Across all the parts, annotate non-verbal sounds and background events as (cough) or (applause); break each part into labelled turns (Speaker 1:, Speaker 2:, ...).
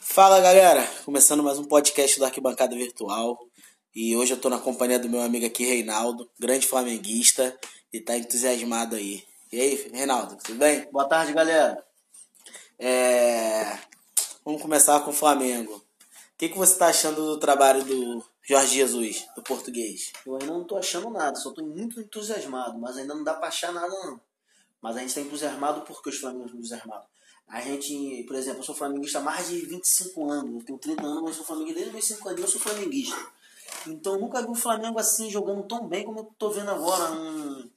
Speaker 1: Fala galera, começando mais um podcast da Arquibancada Virtual. E hoje eu tô na companhia do meu amigo aqui, Reinaldo, grande flamenguista, e tá entusiasmado aí. E aí, Reinaldo, tudo bem?
Speaker 2: Boa tarde, galera.
Speaker 1: É... Vamos começar com o Flamengo. O que, que você tá achando do trabalho do Jorge Jesus, do português?
Speaker 2: Eu ainda não tô achando nada, só tô muito entusiasmado, mas ainda não dá pra achar nada, não. Mas a gente tá entusiasmado porque os Flamengo estão entusiasmados. A gente, por exemplo, eu sou flamenguista há mais de 25 anos, eu tenho 30 anos, mas sou flamenguista desde os meus 5 anos, eu sou flamenguista. Então eu nunca vi o Flamengo assim jogando tão bem como eu tô vendo agora. Um,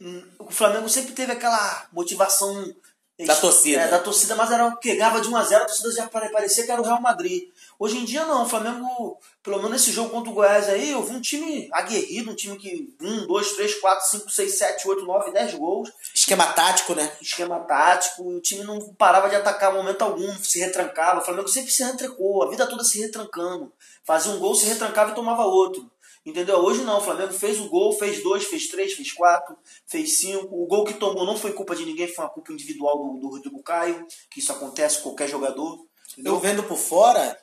Speaker 2: um- o Flamengo sempre teve aquela motivação
Speaker 1: Da torcida.
Speaker 2: É, da torcida, mas era o que ganhava de 1 a 0 a torcida já pare- parecia que era o Real Madrid. Hoje em dia não, o Flamengo, pelo menos nesse jogo contra o Goiás aí, eu vi um time aguerrido, um time que 1, 2, 3, 4, 5, 6, 7, 8, 9, 10 gols
Speaker 1: Esquema tático, né?
Speaker 2: esquema tático, o time não parava de atacar em momento algum, se retrancava. O Flamengo sempre se retrancou, a vida toda se retrancando. Fazia um gol, se retrancava e tomava outro. Entendeu? Hoje não, o Flamengo fez o gol, fez dois, fez três, fez quatro, fez cinco. O gol que tomou não foi culpa de ninguém, foi uma culpa individual do, do Rodrigo Caio, que isso acontece com qualquer jogador.
Speaker 1: Eu
Speaker 2: Entendeu?
Speaker 1: vendo por fora,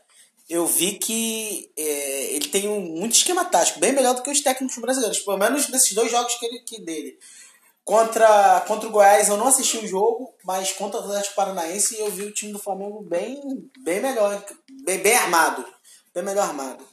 Speaker 1: eu vi que é, ele tem um, muito esquema tático, bem melhor do que os técnicos brasileiros, pelo menos nesses dois jogos que ele, que dele. Contra, contra o Goiás eu não assisti o jogo, mas contra o Atlético Paranaense eu vi o time do Flamengo bem, bem melhor, bem, bem armado, bem melhor armado.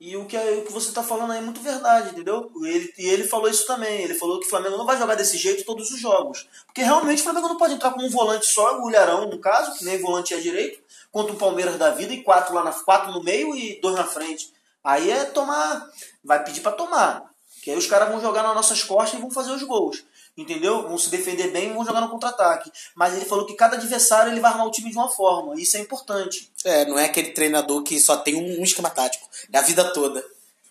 Speaker 2: E o que, é- o que você tá falando aí é muito verdade, entendeu? Ele, e ele falou isso também. Ele falou que o Flamengo não vai jogar desse jeito todos os jogos. Porque realmente o Flamengo não pode entrar com um volante só, o Ilharão, no caso, que nem volante é direito, contra o Palmeiras da vida, e quatro lá na quatro no meio e dois na frente. Aí é tomar. Vai pedir pra tomar. Que aí os caras vão jogar nas nossas costas e vão fazer os gols. Entendeu? Vão se defender bem e vão jogar no contra-ataque. Mas ele falou que cada adversário ele vai armar o time de uma forma. Isso é importante.
Speaker 1: É, não é aquele treinador que só tem um, um esquema tático, da vida toda.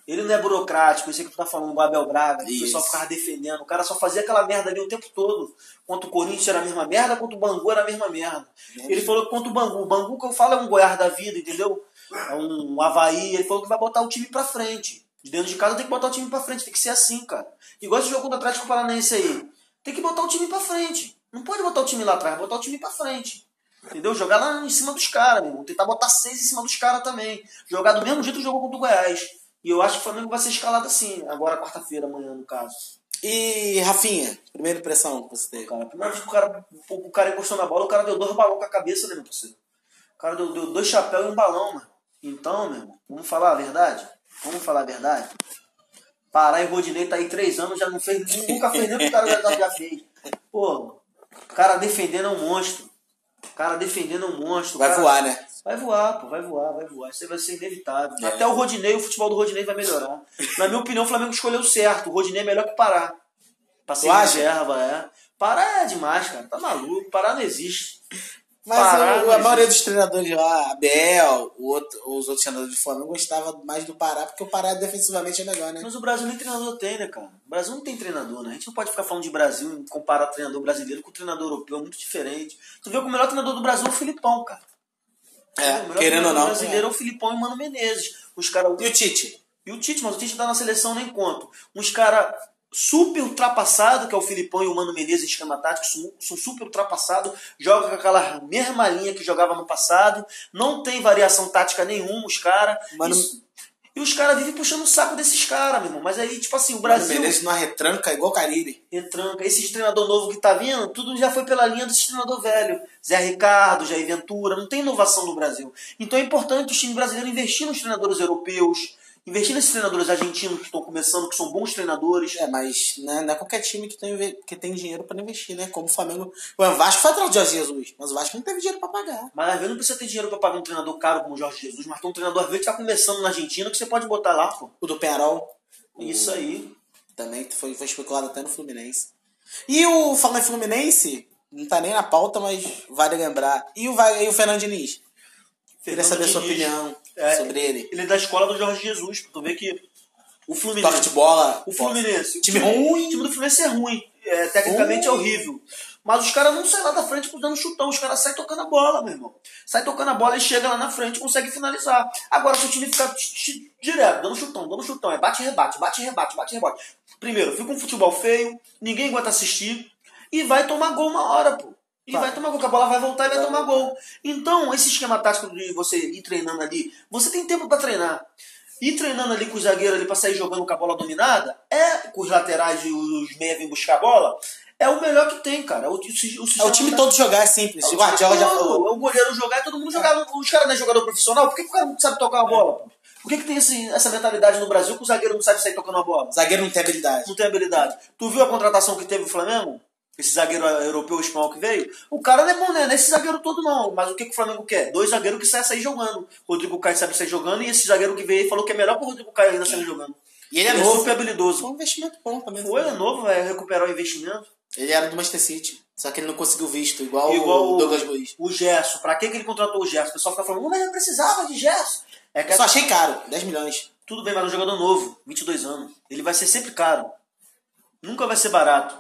Speaker 2: Ele não é burocrático, isso é que tu tá falando, o Abel Braga, que o
Speaker 1: Isso.
Speaker 2: pessoal ficava defendendo. O cara só fazia aquela merda ali o tempo todo. Quanto o Corinthians era a mesma merda, quanto o Bangu era a mesma merda. Ele falou que quanto o Bangu, o Bangu que eu falo é um Goiás da vida, entendeu? É um Havaí. Ele falou que vai botar o time pra frente. De dentro de casa tem que botar o time pra frente, tem que ser assim, cara. Igual esse jogo do Atlético Paranaense aí. Tem que botar o time pra frente. Não pode botar o time lá atrás, botar o time pra frente. Entendeu? Jogar lá em cima dos caras, meu irmão. Tentar botar seis em cima dos caras também. Jogar do mesmo jeito que jogou contra o Goiás. E eu acho que o Flamengo vai ser escalado assim, agora quarta-feira, amanhã, no caso.
Speaker 1: E, Rafinha, primeira impressão que você teve?
Speaker 2: Cara, a primeira vez que o cara, o cara encostou na bola, o cara deu dois balões com a cabeça, né, meu parceiro? O cara deu, deu dois chapéus e um balão, mano. Então, meu irmão, vamos falar a verdade? Vamos falar a verdade? Pará e Rodinei tá aí três anos, já não fez, nunca fez nem o que o cara já, já fez. Pô, o cara defendendo é um monstro. O cara defendendo é um monstro. O
Speaker 1: Vai
Speaker 2: cara-
Speaker 1: voar, né?
Speaker 2: Vai voar, pô, vai voar, vai voar. Isso aí vai ser inevitável.
Speaker 1: É.
Speaker 2: Até o Rodinei, o futebol do Rodinei vai melhorar. Na minha opinião, o Flamengo escolheu certo. O Rodinei é melhor que o Pará. Pra ser
Speaker 1: Tu acha?
Speaker 2: reserva, é. Pará é demais, cara. Tá maluco. Pará não existe.
Speaker 1: Mas
Speaker 2: Pará,
Speaker 1: o- a
Speaker 2: mas-
Speaker 1: maioria dos treinadores lá, Abel, o outro- os outros treinadores do Flamengo gostava mais do Pará, porque o Pará defensivamente é melhor, né?
Speaker 2: Mas o Brasil nem treinador tem, né, cara? O Brasil não tem treinador, né? A gente não pode ficar falando de Brasil e comparar treinador brasileiro com treinador europeu. É muito diferente. Tu vê que o melhor treinador do Brasil é o Filipão, cara. o
Speaker 1: É,
Speaker 2: melhor
Speaker 1: querendo ou
Speaker 2: treinador
Speaker 1: não.
Speaker 2: brasileiro
Speaker 1: é.
Speaker 2: é. o Filipão e o Mano Menezes. Os caras...
Speaker 1: E o Tite?
Speaker 2: E o Tite, mas o Tite tá na seleção nem conto. Uns cara super ultrapassado, que é o Filipão e o Mano Menezes em esquema tático, são- são super ultrapassado, joga com aquela mesma linha que jogava no passado, não tem variação tática nenhuma os caras.
Speaker 1: Mano-
Speaker 2: E os caras vivem puxando o saco desses caras, meu irmão. Mas aí, tipo assim, o
Speaker 1: Brasil.
Speaker 2: Brasil
Speaker 1: Menezes numa retranca igual o Cariri.
Speaker 2: retranca. Esse treinador novo que tá vindo, tudo já foi pela linha desse treinador velho. Zé Ricardo, Jair Ventura, não tem inovação no Brasil. Então é importante o time brasileiro investir nos treinadores europeus, investir nesses treinadores argentinos que estão começando, que são bons treinadores.
Speaker 1: É, mas né, não é qualquer time que tem, inve- que tem dinheiro pra investir, né? Como o Flamengo. Ué, o Vasco foi atrás de Jorge Jesus, mas o Vasco não teve dinheiro pra pagar.
Speaker 2: Mas às vezes não precisa ter dinheiro pra pagar um treinador caro como o Jorge Jesus, mas tem um treinador às vezes que tá começando na Argentina que você pode botar lá, pô. É
Speaker 1: O do Penarol
Speaker 2: Isso aí.
Speaker 1: também foi, foi especulado até no Fluminense. E o falando em Fluminense, não tá nem na pauta, mas vale lembrar. E o, Va- e o Fernando Diniz? Queria
Speaker 2: Fernando
Speaker 1: saber a sua
Speaker 2: Diniz.
Speaker 1: opinião
Speaker 2: É,
Speaker 1: sobre ele.
Speaker 2: Ele é da escola do Jorge Jesus, pô. tu vê que o Fluminense.
Speaker 1: Toque de bola.
Speaker 2: O Fluminense.
Speaker 1: Time
Speaker 2: o
Speaker 1: ruim.
Speaker 2: O time do Fluminense é ruim. É, tecnicamente é
Speaker 1: Ruim.
Speaker 2: horrível. Mas os caras não saem lá da frente dando chutão. Os caras saem tocando a bola, meu irmão. Sai tocando a bola e chega lá na frente e consegue finalizar. Agora, se o time ficar ti- ti- direto, dando chutão, dando chutão, é bate e rebate, bate e rebate, bate e rebate. Primeiro, fica um futebol feio, ninguém aguenta assistir e vai tomar gol uma hora, pô. Ele vai tomar gol, que a bola vai voltar e vai tomar gol. Então, esse esquema tático de você ir treinando ali, você tem tempo para treinar. Ir treinando ali com o zagueiro ali para sair jogando com a bola dominada, é com os laterais e os meias vêm buscar a bola, é o melhor que tem, cara. O, o, o,
Speaker 1: É o time todo jogar é simples. O Guardiola já falou.
Speaker 2: é o goleiro jogar e todo mundo jogar. Os caras não é jogador profissional, por que, que o cara não sabe tocar uma
Speaker 1: É.
Speaker 2: bola? pô? Por que, que tem esse- essa mentalidade no Brasil que o zagueiro não sabe sair tocando uma bola?
Speaker 1: Zagueiro não tem habilidade.
Speaker 2: não tem habilidade. Tu viu a contratação que teve o Flamengo? Esse zagueiro europeu espanhol que veio? O cara não é bom, né? Não é esse zagueiro todo, não. Mas o que, que o Flamengo quer? Dois zagueiros que saem sair jogando. Rodrigo Caio sabe sair jogando e esse zagueiro que veio aí falou que é melhor pro Rodrigo Caio ainda sair jogando.
Speaker 1: E ele é novo.
Speaker 2: super
Speaker 1: Foi
Speaker 2: habilidoso.
Speaker 1: um investimento bom também.
Speaker 2: Foi, ele é novo, é recuperar o investimento.
Speaker 1: Ele era do Manchester City. Só que ele não conseguiu visto, igual,
Speaker 2: Igual
Speaker 1: o
Speaker 2: o-
Speaker 1: Douglas Luiz.
Speaker 2: O Gerson, pra que, que ele contratou o Gerson? O pessoal fica falando, "Não, mas eu precisava de Gerson. É que
Speaker 1: Eu só achei caro, 10 milhões.
Speaker 2: Tudo bem, mas é um jogador novo, 22 anos. Ele vai ser sempre caro. Nunca vai ser barato.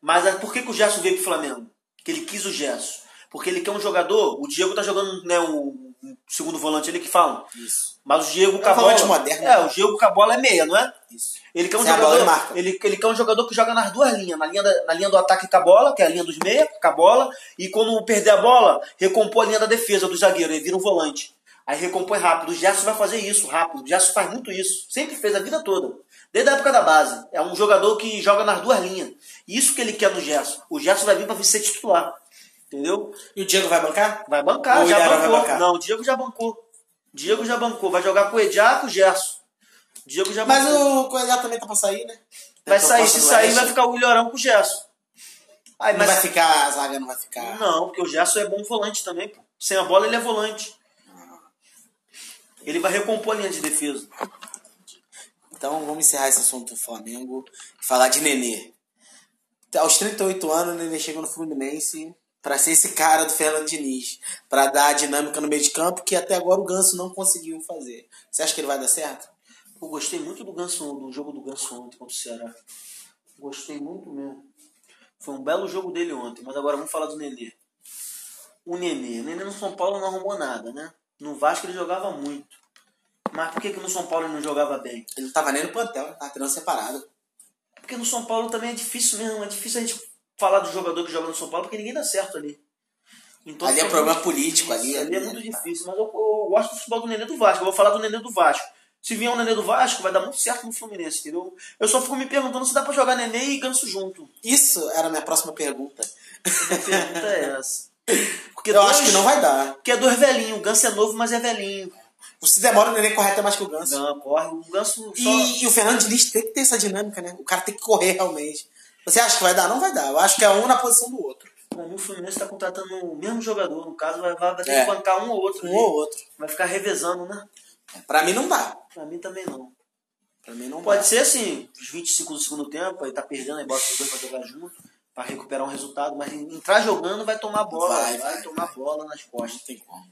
Speaker 2: Mas é- por que, que o Gerson veio pro Flamengo? Porque ele quis o Gerson. Porque ele quer um jogador. O Diego tá jogando né, o, o segundo volante ali que falam.
Speaker 1: Isso.
Speaker 2: Mas o Diego
Speaker 1: um
Speaker 2: Cabola.
Speaker 1: volante moderno,
Speaker 2: é,
Speaker 1: né?
Speaker 2: o Diego Cabola é meia, não é?
Speaker 1: Isso.
Speaker 2: Ele quer um
Speaker 1: Sem a bola,
Speaker 2: jogador.
Speaker 1: ele marca.
Speaker 2: Ele, ele quer um jogador que joga nas duas linhas, na linha, da- na linha do ataque com a bola, que é a linha dos meia, com a bola, e quando perder a bola, recompõe a linha da defesa do zagueiro, ele vira um volante. Aí recompõe rápido. O Gerson vai fazer isso rápido. O Gerson faz muito isso. Sempre fez a vida toda. Desde a época da base. É um jogador que joga nas duas linhas. Isso que ele quer no Gerson. O Gerson vai vir pra ser titular. Entendeu?
Speaker 1: E o Diego vai bancar?
Speaker 2: Vai bancar,
Speaker 1: Ou o
Speaker 2: já
Speaker 1: Ilharão vai
Speaker 2: bancou.
Speaker 1: bancar?
Speaker 2: Não, o Diego já bancou. Diego já bancou. Vai jogar com o Ediar com o Gerson. Diego já
Speaker 1: Mas
Speaker 2: bancou.
Speaker 1: o Coelho também tá pra sair, né?
Speaker 2: Vai
Speaker 1: Então,
Speaker 2: sair,
Speaker 1: Costa
Speaker 2: se
Speaker 1: do
Speaker 2: sair,
Speaker 1: Oeste.
Speaker 2: vai ficar o Ilharão com o Gerson. Aí,
Speaker 1: Não
Speaker 2: mas,
Speaker 1: vai ficar, a zaga não vai ficar.
Speaker 2: Não, porque o Gerson é bom volante também, pô. Sem a bola, ele é volante. Ele vai recompor a linha de defesa.
Speaker 1: Então vamos encerrar esse assunto do Flamengo e falar de Nenê. Aos 38 anos, o Nenê chega no Fluminense pra ser esse cara do Fernando Diniz, pra dar a dinâmica no meio de campo que até agora o Ganso não conseguiu fazer. Você acha que ele vai dar certo?
Speaker 2: Eu gostei muito do Ganso, do jogo do Ganso ontem contra o Ceará. Gostei muito mesmo. Foi um belo jogo dele ontem, mas agora vamos falar do Nenê. O Nenê. O Nenê no São Paulo não arrumou nada, né? No Vasco ele jogava muito. Mas por que, que no São Paulo ele não jogava bem?
Speaker 1: Ele não tava nem no plantel, ele tava treinando separado.
Speaker 2: Porque no São Paulo também é difícil mesmo, é difícil a gente falar do jogador que joga no São Paulo porque ninguém dá certo ali. Então,
Speaker 1: ali é
Speaker 2: fica
Speaker 1: problema
Speaker 2: muito
Speaker 1: político, ali,
Speaker 2: difícil,
Speaker 1: ali tá.
Speaker 2: é muito difícil, mas eu, eu gosto do futebol do Nenê do Vasco. Eu vou falar do Nenê do Vasco. Se vier um Nenê do Vasco, vai dar muito certo no Fluminense, entendeu? Eu só fico me perguntando se dá pra jogar Nenê e Ganso junto.
Speaker 1: Isso era a minha próxima pergunta.
Speaker 2: A pergunta é essa. Porque
Speaker 1: Eu acho que não vai dar.
Speaker 2: Porque é dois velhinhos. O Ganso é novo, mas é velhinho.
Speaker 1: Se demora, o Nenê corre até mais que o
Speaker 2: O
Speaker 1: Ganso.
Speaker 2: Ganso corre. O Ganso só...
Speaker 1: E, e o Fernando Diniz tem que ter essa dinâmica, né? O cara tem que correr realmente. Você acha que vai dar? Não vai dar. Eu acho que é um na posição do outro.
Speaker 2: Bom, o Fluminense tá contratando o mesmo jogador. No caso, vai, vai ter
Speaker 1: É.
Speaker 2: que bancar um ou outro.
Speaker 1: Um
Speaker 2: ali.
Speaker 1: ou outro.
Speaker 2: Vai ficar revezando, né?
Speaker 1: Pra mim não dá.
Speaker 2: Pra mim também não.
Speaker 1: Pra mim não
Speaker 2: Pode ser assim, os 25 do segundo tempo, aí tá perdendo, aí bota os dois pra jogar junto, pra recuperar um resultado, mas entrar jogando vai tomar bola,
Speaker 1: Vai,
Speaker 2: vai,
Speaker 1: vai,
Speaker 2: tomar bola nas
Speaker 1: Não
Speaker 2: costas.
Speaker 1: tem como.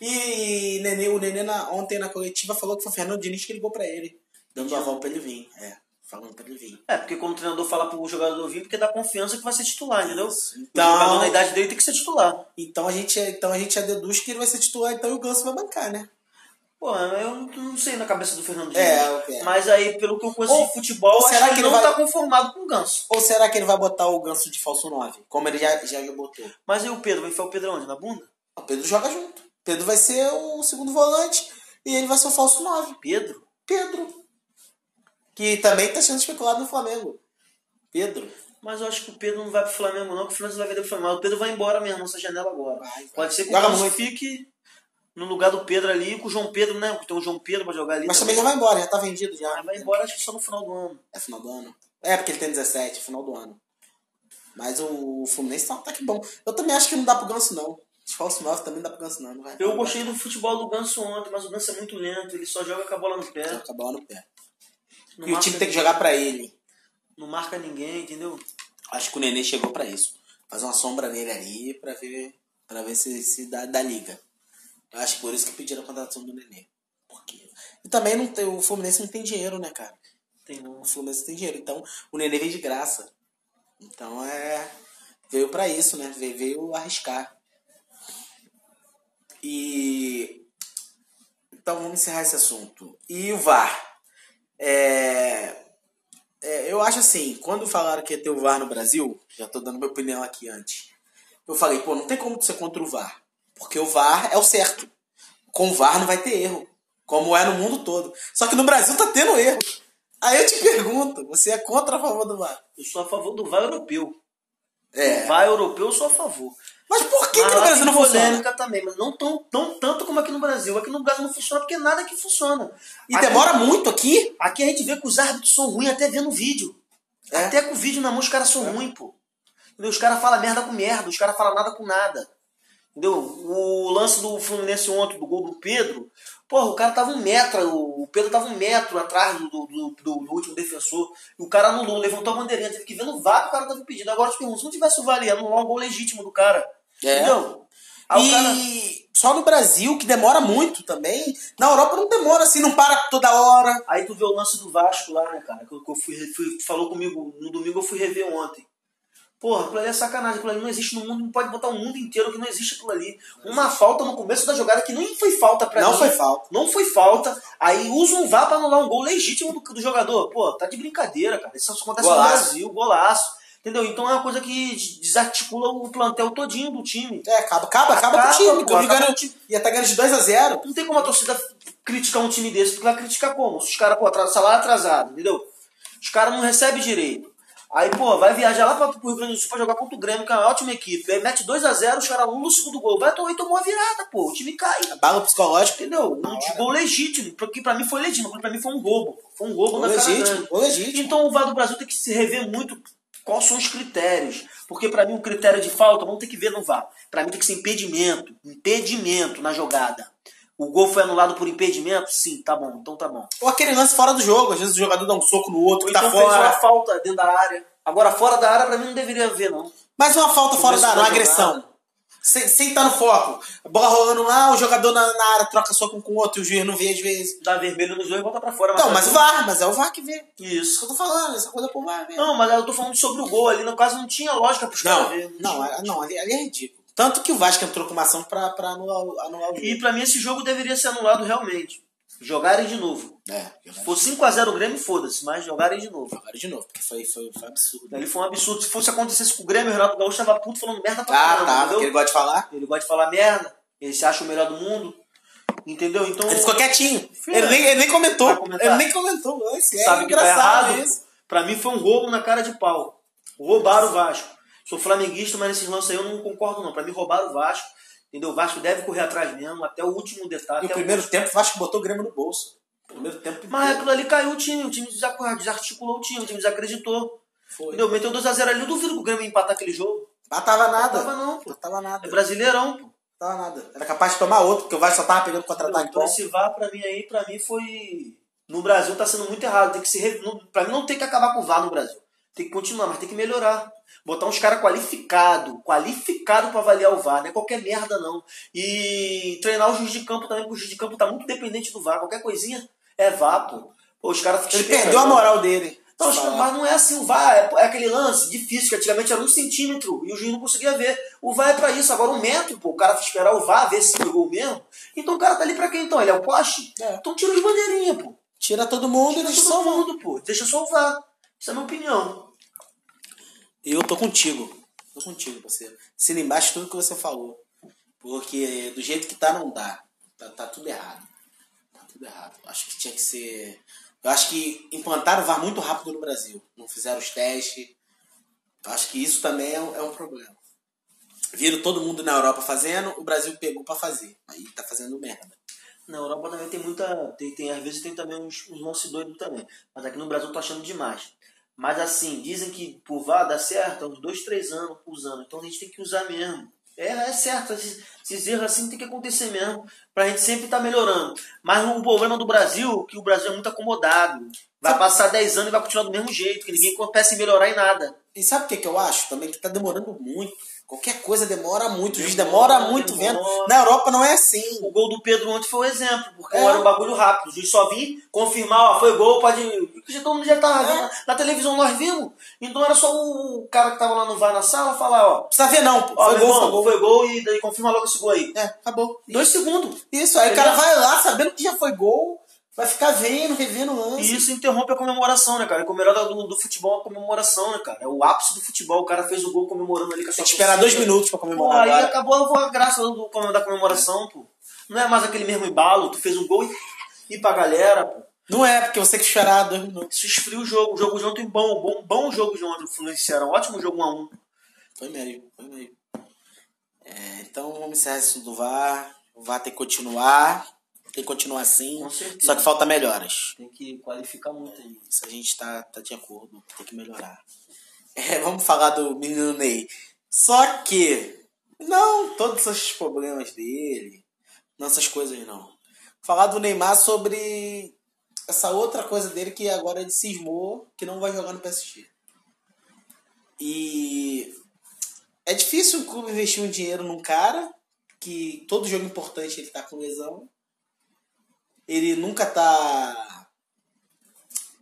Speaker 1: E Nenê, o Nenê na- ontem na coletiva falou que foi o Fernando Diniz que ligou pra ele. Dando o aval pra ele vir. É. Falando pra ele vir.
Speaker 2: É, porque quando o treinador fala pro jogador vir, porque dá confiança que vai ser titular, entendeu?
Speaker 1: Então-
Speaker 2: o jogador na idade dele tem que ser titular.
Speaker 1: Então a gente, então a gente já deduz que ele vai ser titular, então e o Ganso vai bancar, né?
Speaker 2: Pô, eu não- não sei na cabeça do Fernando Diniz.
Speaker 1: É, eu quero.
Speaker 2: Mas aí, pelo que eu conheço
Speaker 1: Ou-
Speaker 2: de futebol,
Speaker 1: ou
Speaker 2: acho
Speaker 1: será
Speaker 2: que
Speaker 1: que
Speaker 2: ele
Speaker 1: ele
Speaker 2: não
Speaker 1: vai-
Speaker 2: tá conformado com o Ganso.
Speaker 1: Ou será que ele vai botar o Ganso de falso 9? Como ele já, já botou.
Speaker 2: Mas aí o Pedro, vai enfiar o Pedro onde? Na bunda?
Speaker 1: O Pedro joga junto. Pedro vai ser o segundo volante e ele vai ser o falso 9.
Speaker 2: Pedro?
Speaker 1: Pedro. Que também tá sendo especulado no Flamengo. Pedro.
Speaker 2: Mas eu acho que o Pedro não vai pro Flamengo, não, que o Fluminense vai vender pro Flamengo. Mas O Pedro vai embora mesmo nessa janela agora.
Speaker 1: Vai, vai.
Speaker 2: Pode ser que
Speaker 1: Joga
Speaker 2: o Ganso
Speaker 1: muito.
Speaker 2: fique no lugar do Pedro ali, com o João Pedro, né? Tem o João Pedro pra jogar ali. né?
Speaker 1: Mas também já vai embora, já tá vendido já.
Speaker 2: Mas vai embora, acho que só no final do ano.
Speaker 1: É final do ano? É, porque ele tem 17, final do ano. Mas o Fluminense tá um ataque bom. Eu também acho que não dá pro Ganso, não. Os falsos 9 também não dá pro Ganso, não. não vai,
Speaker 2: Eu gostei do futebol do Ganso ontem, mas o Ganso é muito lento, ele só joga com a bola no pé.
Speaker 1: Vai acabar lá no pé.
Speaker 2: Não
Speaker 1: e o
Speaker 2: marca
Speaker 1: time tem que
Speaker 2: ninguém,
Speaker 1: jogar pra ele.
Speaker 2: Não marca ninguém, entendeu?
Speaker 1: Acho que o Nenê chegou pra isso. Fazer uma sombra nele ali pra ver, pra ver se, se dá da liga. Eu acho que por isso que pediram a contratação do Nenê. Porque... E também não tem, o Fluminense não tem dinheiro, né, cara?
Speaker 2: Tem um...
Speaker 1: O Fluminense tem dinheiro. Então, o Nenê veio de graça. Então, é... Veio pra isso, né? Veio, veio arriscar. E... Então, vamos encerrar esse assunto. E o VAR. É... é, eu acho assim, quando falaram que ia ter o VAR no Brasil, já tô dando minha opinião aqui antes. Eu falei, pô, não tem como ser contra o VAR. Porque o VAR é o certo. Com o VAR não vai ter erro. Como é no mundo todo. Só que no Brasil tá tendo erro. Aí eu te pergunto, você é contra ou a favor do VAR?
Speaker 2: Eu sou a favor do VAR europeu.
Speaker 1: É.
Speaker 2: Do VAR europeu eu sou a favor.
Speaker 1: Mas por que, que
Speaker 2: Mas
Speaker 1: no
Speaker 2: lá
Speaker 1: Brasil
Speaker 2: tem
Speaker 1: não funciona?
Speaker 2: Ah, polêmica também, mas não tão, não tanto como aqui no Brasil. Aqui no Brasil não funciona porque nada que funciona.
Speaker 1: E
Speaker 2: Aqui-
Speaker 1: demora muito aqui?
Speaker 2: Aqui a gente vê que os árbitros são ruins até vendo vídeo.
Speaker 1: É.
Speaker 2: Até com o vídeo na mão os caras são ruins, pô. Entendeu? Os caras falam merda com merda, os caras falam nada com nada. Entendeu? O lance do Fluminense ontem, do gol do Pedro, porra, o cara tava um metro, o Pedro tava um metro atrás do, do, do- do- do último defensor, e o cara anulou, levantou a bandeirinha, teve que ver no vácuo o cara tava pedindo. Agora eu te pergunto, se não tivesse o VAR, ia anular o gol legítimo do cara.
Speaker 1: É.
Speaker 2: Entendeu? Aí
Speaker 1: e
Speaker 2: Ah, o cara...
Speaker 1: só no Brasil, que demora muito também. Na Europa não demora assim, não para toda hora.
Speaker 2: Aí tu vê o lance do Vasco lá, né, cara? Que eu, que eu fui, fui- tu falou comigo no domingo, eu fui rever ontem. Porra, aquilo ali é sacanagem, aquilo ali não existe no mundo, não pode botar o mundo inteiro que não existe aquilo ali. Uma falta no começo da jogada que nem foi falta pra
Speaker 1: não
Speaker 2: mim.
Speaker 1: foi falta.
Speaker 2: Não foi falta. Aí usa um VAR pra anular um gol legítimo do, do jogador. Pô, tá de brincadeira, cara. Isso acontece
Speaker 1: Golaço.
Speaker 2: no Brasil, golaço. Entendeu? Então é uma coisa que desarticula o plantel todinho do time.
Speaker 1: É, acaba, acaba, acaba,
Speaker 2: Acaba,
Speaker 1: com o time.
Speaker 2: pô,
Speaker 1: que eu me
Speaker 2: acaba
Speaker 1: engano, ia estar ganhando de 2 a 0
Speaker 2: Não tem como a torcida criticar um time desse, porque vai criticar como? Se Os caras, pô, atras- salário atrasado, entendeu? Os caras não recebem direito. Aí, pô, vai viajar lá pra, pro Rio Grande do Sul pra jogar contra o Grêmio, que é uma ótima equipe. Aí mete 2x0, os caras anulam o segundo gol. Vai tomar e tomou a virada, pô. O time cai.
Speaker 1: Bala psicológica.
Speaker 2: Entendeu? Um gol legítimo, pra- que pra mim foi legítimo, porque pra mim foi um roubo. Foi um roubo
Speaker 1: Gol
Speaker 2: na cara
Speaker 1: legítimo,
Speaker 2: grande.
Speaker 1: gol legítimo.
Speaker 2: Então o VAR do Brasil tem que se rever muito quais são os critérios. Porque pra mim o critério de falta, vamos ter que ver no VAR. Pra mim tem que ser impedimento. Impedimento na jogada. O gol foi anulado por impedimento? Sim, tá bom, então tá bom.
Speaker 1: Ou aquele lance fora do jogo, às vezes o jogador dá um soco no outro
Speaker 2: Ou
Speaker 1: que tá
Speaker 2: então fez
Speaker 1: fora.
Speaker 2: uma falta dentro da área. Agora fora da área pra mim não deveria haver, não.
Speaker 1: Mas uma falta fora
Speaker 2: Começo
Speaker 1: da área, uma
Speaker 2: da jogada.
Speaker 1: agressão. Sem, sem estar no foco. A bola rolando lá, o jogador na, na área troca soco um com o outro e o juiz não vê às vezes.
Speaker 2: Dá vermelho nos dois e volta pra fora.
Speaker 1: Então, mas o VAR, mas é o VAR que vê. Isso
Speaker 2: Isso.
Speaker 1: que eu tô falando, essa coisa é pro VAR ver.
Speaker 2: Não, mas eu tô falando sobre o gol ali, no caso não tinha lógica pros caras
Speaker 1: Não,
Speaker 2: verem.
Speaker 1: não, a- não ali, ali é ridículo. Tanto que o Vasco entrou com uma ação pra, pra anular, o- anular o
Speaker 2: E
Speaker 1: jogo.
Speaker 2: pra mim esse jogo deveria ser anulado realmente. Jogarem de novo.
Speaker 1: É,
Speaker 2: Se for 5x0 o Grêmio, foda-se, mas jogarem de novo.
Speaker 1: jogaram de novo, porque foi, foi, foi absurdo.
Speaker 2: Ele foi um absurdo. Se fosse acontecesse com o Grêmio, o Renato Gaúcho tava puto falando merda pra
Speaker 1: Ah,
Speaker 2: caramba,
Speaker 1: tá,
Speaker 2: entendeu?
Speaker 1: porque ele gosta de falar.
Speaker 2: Ele gosta de falar merda, ele se acha o melhor do mundo, entendeu? Então,
Speaker 1: Ele ficou quietinho.
Speaker 2: Filho,
Speaker 1: Ele nem, ele nem comentou.
Speaker 2: vai comentar?
Speaker 1: Ele nem comentou. Esse é
Speaker 2: sabe que tá
Speaker 1: engraçado
Speaker 2: errado.
Speaker 1: isso.
Speaker 2: Pra mim foi um roubo na cara de pau. Roubaram o Vasco. Sou flamenguista, mas nesses lances aí eu não concordo não. Pra mim roubaram o Vasco, entendeu? O Vasco deve correr atrás mesmo, até o último detalhe.
Speaker 1: E o
Speaker 2: até o
Speaker 1: primeiro tempo, o Vasco botou o Grêmio no bolso. Primeiro tempo.
Speaker 2: Mas
Speaker 1: inteiro.
Speaker 2: aquilo ali caiu o time, o time desacor- desarticulou o time, o time desacreditou.
Speaker 1: foi.
Speaker 2: Entendeu? Meteu 2x0 ali, eu duvido que o Grêmio ia empatar aquele jogo.
Speaker 1: Batava nada.
Speaker 2: Não tava não, pô.
Speaker 1: Batava
Speaker 2: É
Speaker 1: nada.
Speaker 2: brasileirão, pô.
Speaker 1: Batava nada. Era capaz de tomar outro, porque o Vasco só tava pegando
Speaker 2: Entendeu?
Speaker 1: contra-ataque
Speaker 2: Então
Speaker 1: bom.
Speaker 2: esse VAR pra mim aí, pra mim foi... No Brasil tá sendo muito errado, tem que se... Re... não- Pra mim não tem que acabar com o VAR no Brasil. Tem que continuar, mas tem que melhorar. Botar uns caras qualificados, qualificado pra avaliar o VAR, não é qualquer merda não. E treinar o juiz de campo também, porque o juiz de campo tá muito dependente do VAR. Qualquer coisinha é VAR, pô. Pô, os caras ficam
Speaker 1: Ele
Speaker 2: esperando.
Speaker 1: perdeu a moral dele. Então,
Speaker 2: Não, os- mas não é assim, o VAR é, é aquele lance difícil, que antigamente era um centímetro e o juiz não conseguia ver. O VAR é pra isso, agora um metro, pô, o cara fica esperar o VAR ver se pegou mesmo. Então o cara tá ali pra quem então? Ele é o poste?
Speaker 1: É.
Speaker 2: Então tira os bandeirinhas, pô.
Speaker 1: Tira todo mundo e
Speaker 2: Tira
Speaker 1: deixa
Speaker 2: todo
Speaker 1: só um.
Speaker 2: mundo, pô. Deixa só o VAR. Isso é a minha opinião.
Speaker 1: Eu tô contigo. Tô contigo, parceiro. Assina embaixo tudo que você falou. Porque do jeito que tá, não dá. Tá, tá tudo errado. Tá tudo errado. Acho que tinha que ser. Eu acho que implantaram o VAR muito rápido no Brasil. Não fizeram os testes. Acho que isso também é um, é um problema. Viram todo mundo na Europa fazendo, o Brasil pegou pra fazer. Aí tá fazendo merda.
Speaker 2: Na Europa também tem muita. Tem, tem, às vezes tem também uns, uns lances doidos também. Mas aqui no Brasil eu tô achando demais. Mas assim, dizem que por VAR dá certo há uns dois, três anos usando. Então a gente tem que usar mesmo. É, é certo, esses, esses erros assim tem que acontecer mesmo. Pra gente sempre estar melhorando. Mas o problema do Brasil, é que o Brasil é muito acomodado. Vai passar 10 anos e vai continuar do mesmo jeito, que ninguém começa a melhorar em nada.
Speaker 1: E sabe o que, que eu acho? Também que tá demorando muito. Qualquer coisa demora muito. O juiz demora
Speaker 2: Demora,
Speaker 1: muito vendo.
Speaker 2: demora.
Speaker 1: Na Europa não é assim.
Speaker 2: O gol do Pedro ontem foi um exemplo, porque
Speaker 1: É.
Speaker 2: era um bagulho rápido. O juiz só vinha confirmar, ó, foi gol, pode. Já todo mundo já tava
Speaker 1: É.
Speaker 2: vendo. Na televisão nós vimos. Então era só o cara que tava lá no VAR na sala falar, ó.
Speaker 1: Precisa ver, tá não, pô.
Speaker 2: Ó,
Speaker 1: Foi
Speaker 2: meu
Speaker 1: gol, foi
Speaker 2: irmão,
Speaker 1: gol.
Speaker 2: foi gol e daí confirma logo esse gol aí.
Speaker 1: É, acabou.
Speaker 2: Dois segundos.
Speaker 1: Isso, aí o cara vai lá sabendo que já foi gol, Vai ficar vendo, revendo o lance.
Speaker 2: E isso interrompe a comemoração, né, cara? A comemoração do, do futebol é a comemoração, né, cara? É o ápice do futebol. O cara fez o gol comemorando ali com a
Speaker 1: Tem
Speaker 2: sua
Speaker 1: que esperar dois
Speaker 2: torcida.
Speaker 1: minutos pra
Speaker 2: Pô,
Speaker 1: comemorar.
Speaker 2: aí
Speaker 1: agora.
Speaker 2: acabou a graça do, da comemoração, pô. Não é mais aquele mesmo embalo, tu fez um gol e, e pra galera, pô.
Speaker 1: Não é, porque você tem que esperar dois minutos.
Speaker 2: Isso esfria o jogo. O jogo de ontem bom, bom, bom jogo de ontem do Fluminense Ceará. Um ótimo jogo 1 a 1
Speaker 1: Foi mesmo, foi mesmo. É, então vamos encerrar isso do VAR. O VAR tem que continuar. Tem que continuar assim.
Speaker 2: Com certeza.
Speaker 1: Só que falta melhoras.
Speaker 2: Tem que qualificar muito aí.
Speaker 1: Isso a gente tá, tá de acordo. Tem que melhorar. (laughs) É, vamos falar do menino Ney. Só que não todos esses problemas dele. Não essas coisas não. Falar do Neymar sobre essa outra coisa dele que agora ele cismou que não vai jogar no PSG. E é difícil o clube investir um dinheiro num cara que todo jogo importante ele tá com lesão. Ele nunca tá.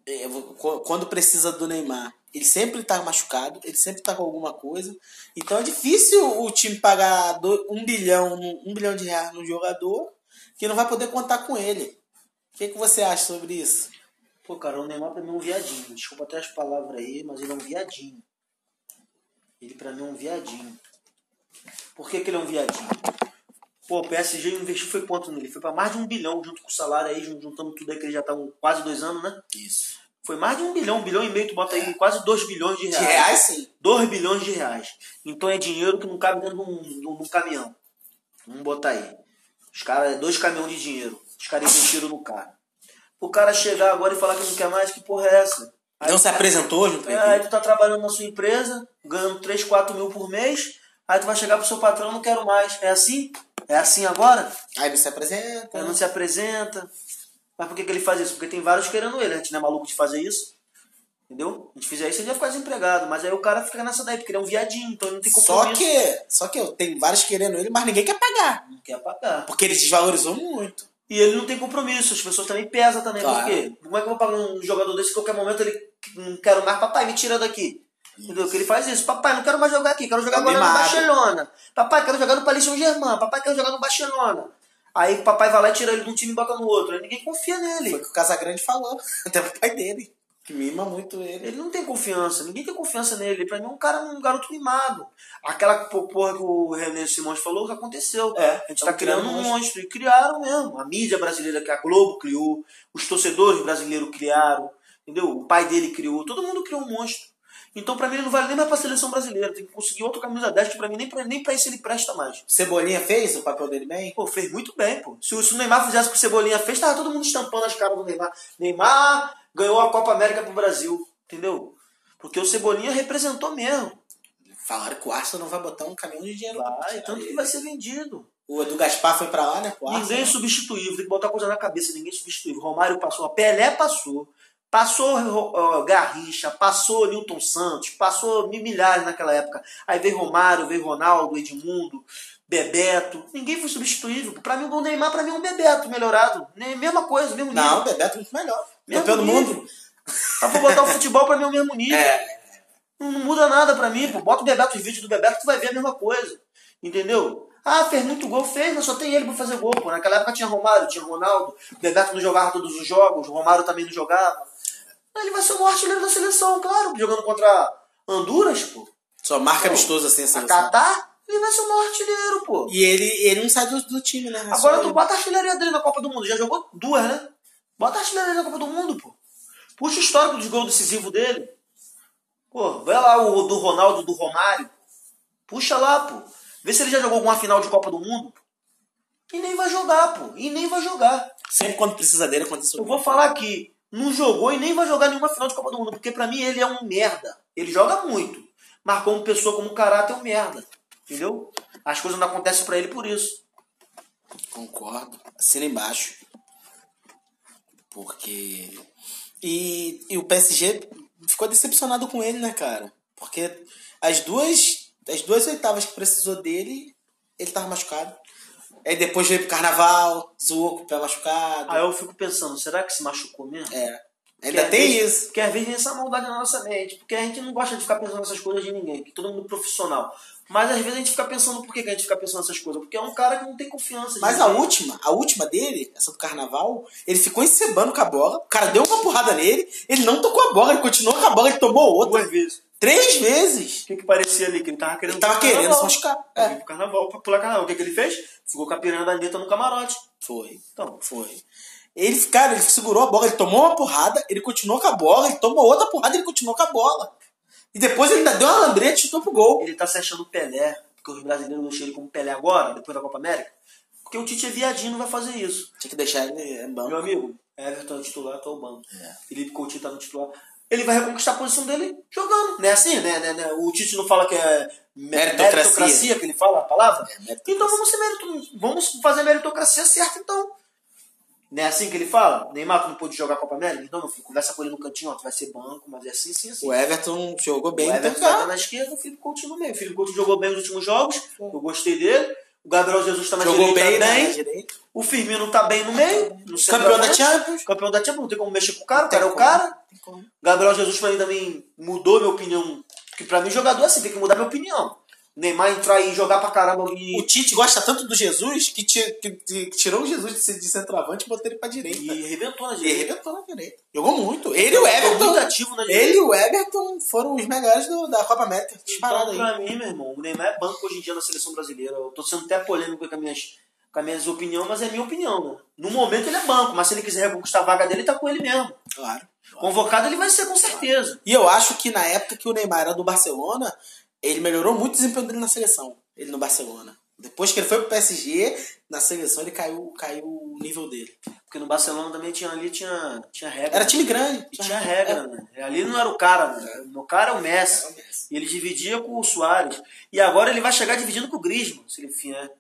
Speaker 1: é, vo- qu- Quando precisa do Neymar, ele sempre tá machucado, ele sempre tá com alguma coisa. Então é difícil o time pagar do- um bilhão, num- um bilhão de reais num jogador que não vai poder contar com ele. O que, que você acha sobre isso?
Speaker 2: Pô, cara, o Neymar pra mim é um viadinho. Desculpa até as palavras aí, mas ele é um viadinho. Ele pra mim é um viadinho. Por que, que ele é um viadinho? Pô, o PSG investiu foi quanto nele? Foi pra mais de um bilhão junto com o salário aí, jun- juntando tudo aí que ele já tá com quase dois anos, né?
Speaker 1: Isso.
Speaker 2: Foi mais de um bilhão, um bilhão e meio, tu bota aí quase dois bilhões de
Speaker 1: De
Speaker 2: reais.
Speaker 1: reais, sim.
Speaker 2: 2 bilhões de reais. Então é dinheiro que não cabe dentro de um, de um- de um caminhão. Vamos botar aí. Os caras, dois caminhões de dinheiro. Os caras investiram no cara. O cara chegar agora e falar que não quer mais, que porra é essa?
Speaker 1: Não se apresentou junto com
Speaker 2: É, aí tu tá trabalhando na sua empresa, ganhando 3, 4 mil por mês, aí tu vai chegar pro seu patrão, não quero mais. É assim? É assim agora?
Speaker 1: Aí não se apresenta.
Speaker 2: Ele não se apresenta. Mas por que, que ele faz isso? Porque tem vários querendo ele. A gente não é maluco de fazer isso. Entendeu? A gente fizer isso, ele ia ficar desempregado. Mas aí o cara fica nessa daí, porque ele é um viadinho, então ele não tem
Speaker 1: Só
Speaker 2: compromisso.
Speaker 1: que, só que eu tenho vários querendo ele, mas ninguém quer pagar.
Speaker 2: Não quer pagar.
Speaker 1: Porque ele desvalorizou muito.
Speaker 2: E ele não tem compromisso. As pessoas também pesam também.
Speaker 1: Claro.
Speaker 2: Por quê? Como é que eu vou pagar um jogador desse que a qualquer momento ele não quero mais? Papai, me tira daqui. Entendeu? Que ele faz isso. Papai, não quero mais jogar aqui. Quero jogar
Speaker 1: Tá
Speaker 2: agora no
Speaker 1: mimado.
Speaker 2: Barcelona. Papai, quero jogar no Paris Saint-Germain. Papai, quero jogar no Barcelona. Aí papai vai lá e tira ele de um time e bota no outro. Aí ninguém confia nele.
Speaker 1: Foi o que o Casagrande falou. (laughs) Até pro pai dele. Que mima muito ele.
Speaker 2: Ele não tem confiança, ninguém tem confiança nele. Pra mim, é um cara, um garoto mimado. Aquela po- porra que o René Simões falou que aconteceu.
Speaker 1: É,
Speaker 2: a gente
Speaker 1: tão
Speaker 2: tá criando
Speaker 1: criando
Speaker 2: um
Speaker 1: monstro.
Speaker 2: monstro. E criaram mesmo. A mídia brasileira que a Globo criou, os torcedores brasileiros criaram, entendeu? O pai dele criou, todo mundo criou um monstro. Então, pra mim, ele não vale nem mais pra seleção brasileira. Tem que conseguir outro camisa 10, que pra mim, nem pra, nem pra isso ele presta mais.
Speaker 1: Cebolinha fez o papel dele bem?
Speaker 2: Pô, fez muito bem, pô. Se, o- se o Neymar fizesse o que o Cebolinha fez, tava todo mundo estampando as caras do Neymar. Neymar ganhou a Copa América pro Brasil, entendeu? Porque o Cebolinha representou mesmo.
Speaker 1: Falaram que o Arsenal não vai botar um caminhão de dinheiro. pra
Speaker 2: Vai,
Speaker 1: tirar
Speaker 2: tanto que
Speaker 1: ele.
Speaker 2: vai ser vendido.
Speaker 1: O Edu Gaspar foi pra lá, né? pro Arsenal.
Speaker 2: Ninguém é substituível, tem que botar coisa na cabeça, ninguém é substituível. Romário passou, Pelé passou, passou Ro- ó, Garrincha, passou Newton Santos, passou mi- milhares naquela época. Aí veio Romário, veio Ronaldo, Edmundo, Bebeto. Ninguém foi substituível. Pra mim, o Neymar, pra mim, é um Bebeto melhorado. Nem- Mesma coisa, mesmo nível.
Speaker 1: Não, o Bebeto é muito melhor.
Speaker 2: Mesmo
Speaker 1: Campeão do
Speaker 2: nível.
Speaker 1: mundo.
Speaker 2: Mas Ah, vou botar o futebol pra mim é o mesmo nível.
Speaker 1: É.
Speaker 2: Não, não muda nada pra mim, pô. Bota o Bebeto, os vídeos do Bebeto, tu vai ver a mesma coisa. Entendeu? Ah, fez muito gol, fez, mas só tem ele pra fazer gol, pô. Naquela época tinha Romário, tinha Ronaldo, o Bebeto não jogava todos os jogos, o Romário também não jogava. Aí Ele vai ser o maior artilheiro da seleção, claro, jogando contra Honduras, pô.
Speaker 1: Só marca
Speaker 2: Não.
Speaker 1: amistoso assim, essa
Speaker 2: A Catar, ele vai ser o maior artilheiro, pô.
Speaker 1: E ele, ele não sai do, do time, né? É
Speaker 2: Agora
Speaker 1: só
Speaker 2: tu
Speaker 1: ele.
Speaker 2: bota a artilharia dele na Copa do Mundo. Já jogou duas, né? Bota a artilharia na Copa do Mundo, pô. Puxa o histórico dos gols decisivos dele. Pô, vai lá o do Ronaldo, do Romário. Puxa lá, pô. Vê se ele já jogou alguma final de Copa do Mundo. E nem vai jogar, pô. E nem vai jogar.
Speaker 1: Sempre quando precisa dele, acontece
Speaker 2: Eu
Speaker 1: o
Speaker 2: vou falar aqui. Não jogou e nem vai jogar nenhuma final de Copa do Mundo. Porque pra mim ele é um merda. Ele joga muito. Mas como pessoa, como caráter, é um merda. Entendeu? As coisas não acontecem pra ele por isso.
Speaker 1: Concordo. Assina embaixo. Porque. E, e o PSG ficou decepcionado com ele, né, cara? Porque as duas, as duas oitavas que precisou dele, ele tava machucado. Aí depois veio pro carnaval, zoou com o pé machucado.
Speaker 2: Aí Ah, eu fico pensando, será que se machucou mesmo?
Speaker 1: É.
Speaker 2: Porque
Speaker 1: Ainda
Speaker 2: às
Speaker 1: tem
Speaker 2: vezes-
Speaker 1: isso.
Speaker 2: Porque às vezes vem essa maldade na nossa mente. Porque a gente não gosta de ficar pensando nessas coisas de ninguém. Que todo mundo é profissional. Mas às vezes a gente fica pensando, por que que a gente fica pensando nessas coisas? Porque é um cara que não tem confiança.
Speaker 1: Mas
Speaker 2: gente.
Speaker 1: a última, a última dele, essa do carnaval, ele ficou encebando com a bola, o cara deu uma porrada nele, ele não tocou a bola, ele continuou com a bola, ele tomou outra.
Speaker 2: Duas vezes.
Speaker 1: Três vezes.
Speaker 2: O que, que parecia ali? Que ele tava querendo
Speaker 1: Ele tava
Speaker 2: pular
Speaker 1: querendo se
Speaker 2: carnaval.
Speaker 1: machucar.
Speaker 2: Ele
Speaker 1: É.
Speaker 2: veio pro carnaval, pra pular carnaval. O que, que ele fez? Ficou com a piranha da Anitta no camarote.
Speaker 1: Foi,
Speaker 2: Então,
Speaker 1: foi. Ele, cara, ele segurou a bola, ele tomou uma porrada, ele continuou com a bola, ele tomou outra porrada, ele continuou com a bola. E depois ele ainda deu uma lambreta e chutou pro gol.
Speaker 2: ele tá se achando Pelé, porque os brasileiros não ele como Pelé agora, depois da Copa América. Porque o Tite é viadinho, não vai fazer isso.
Speaker 1: Tinha que deixar ele é banco.
Speaker 2: Meu amigo, Everton é titular, eu tô no banco. Felipe Coutinho tá no titular. Ele vai reconquistar a posição dele jogando. Não é assim, né? né, né? O Tite não fala que é me-
Speaker 1: Meritocracia.
Speaker 2: meritocracia que ele fala a palavra?
Speaker 1: meritocracia.
Speaker 2: então vamos ser merito, vamos fazer a meritocracia certa, então. Não é assim que ele fala? Neymar tu não pôde jogar a Copa América? Então, meu filho, conversa com ele no cantinho, ó, tu vai ser banco, mas é assim, sim, assim.
Speaker 1: O Everton jogou bem,
Speaker 2: O
Speaker 1: então
Speaker 2: Everton vai estar
Speaker 1: tá.
Speaker 2: na esquerda, o Felipe Coutinho no meio. O Felipe Coutinho jogou bem nos últimos jogos, eu gostei dele. O Gabriel Jesus está na
Speaker 1: Jogou bem,
Speaker 2: direita
Speaker 1: né?
Speaker 2: também. O Firmino está bem no meio. No
Speaker 1: Campeão da
Speaker 2: centroavante.
Speaker 1: Champions.
Speaker 2: Campeão da Champions, não tem como mexer com o cara, o
Speaker 1: tem
Speaker 2: cara é o
Speaker 1: como.
Speaker 2: cara. Gabriel Jesus pra mim também mudou minha opinião. Porque pra mim jogador é assim, tem que mudar minha opinião. Neymar entrar e jogar pra caramba
Speaker 1: O
Speaker 2: e,
Speaker 1: Tite gosta tanto do Jesus que, ti- que- que tirou o Jesus de, de centroavante e botou ele pra direita.
Speaker 2: e né, arrebentou na
Speaker 1: Ele
Speaker 2: direita.
Speaker 1: arrebentou na direita. Jogou muito. Ele e o Everton.
Speaker 2: Muito ativo né, na direita.
Speaker 1: Ele e o Everton foram os melhores do- da Copa América. Disparado
Speaker 2: Então,
Speaker 1: aí.
Speaker 2: pra mim, meu irmão, o Neymar é banco hoje em dia na seleção brasileira. Eu tô sendo até polêmico com as minhas, com as minhas opiniões, mas é minha opinião, né? No momento ele é banco, mas se ele quiser reconquistar a vaga dele, tá com ele mesmo.
Speaker 1: Claro.
Speaker 2: Convocado ele vai ser com certeza.
Speaker 1: E eu acho que na época que o Neymar era do Barcelona, ele melhorou muito o desempenho dele na seleção. Ele no Barcelona. Depois que ele foi pro PSG, na seleção ele caiu, caiu o nível dele.
Speaker 2: Porque no Barcelona também tinha ali, tinha, tinha regra. né?
Speaker 1: Era time grande. É.
Speaker 2: E tinha regra, né? Ali não era o cara, né? Meu cara é o Messi. E ele dividia com o Soares. E agora ele vai chegar dividindo com o Griezmann, se ele fizer.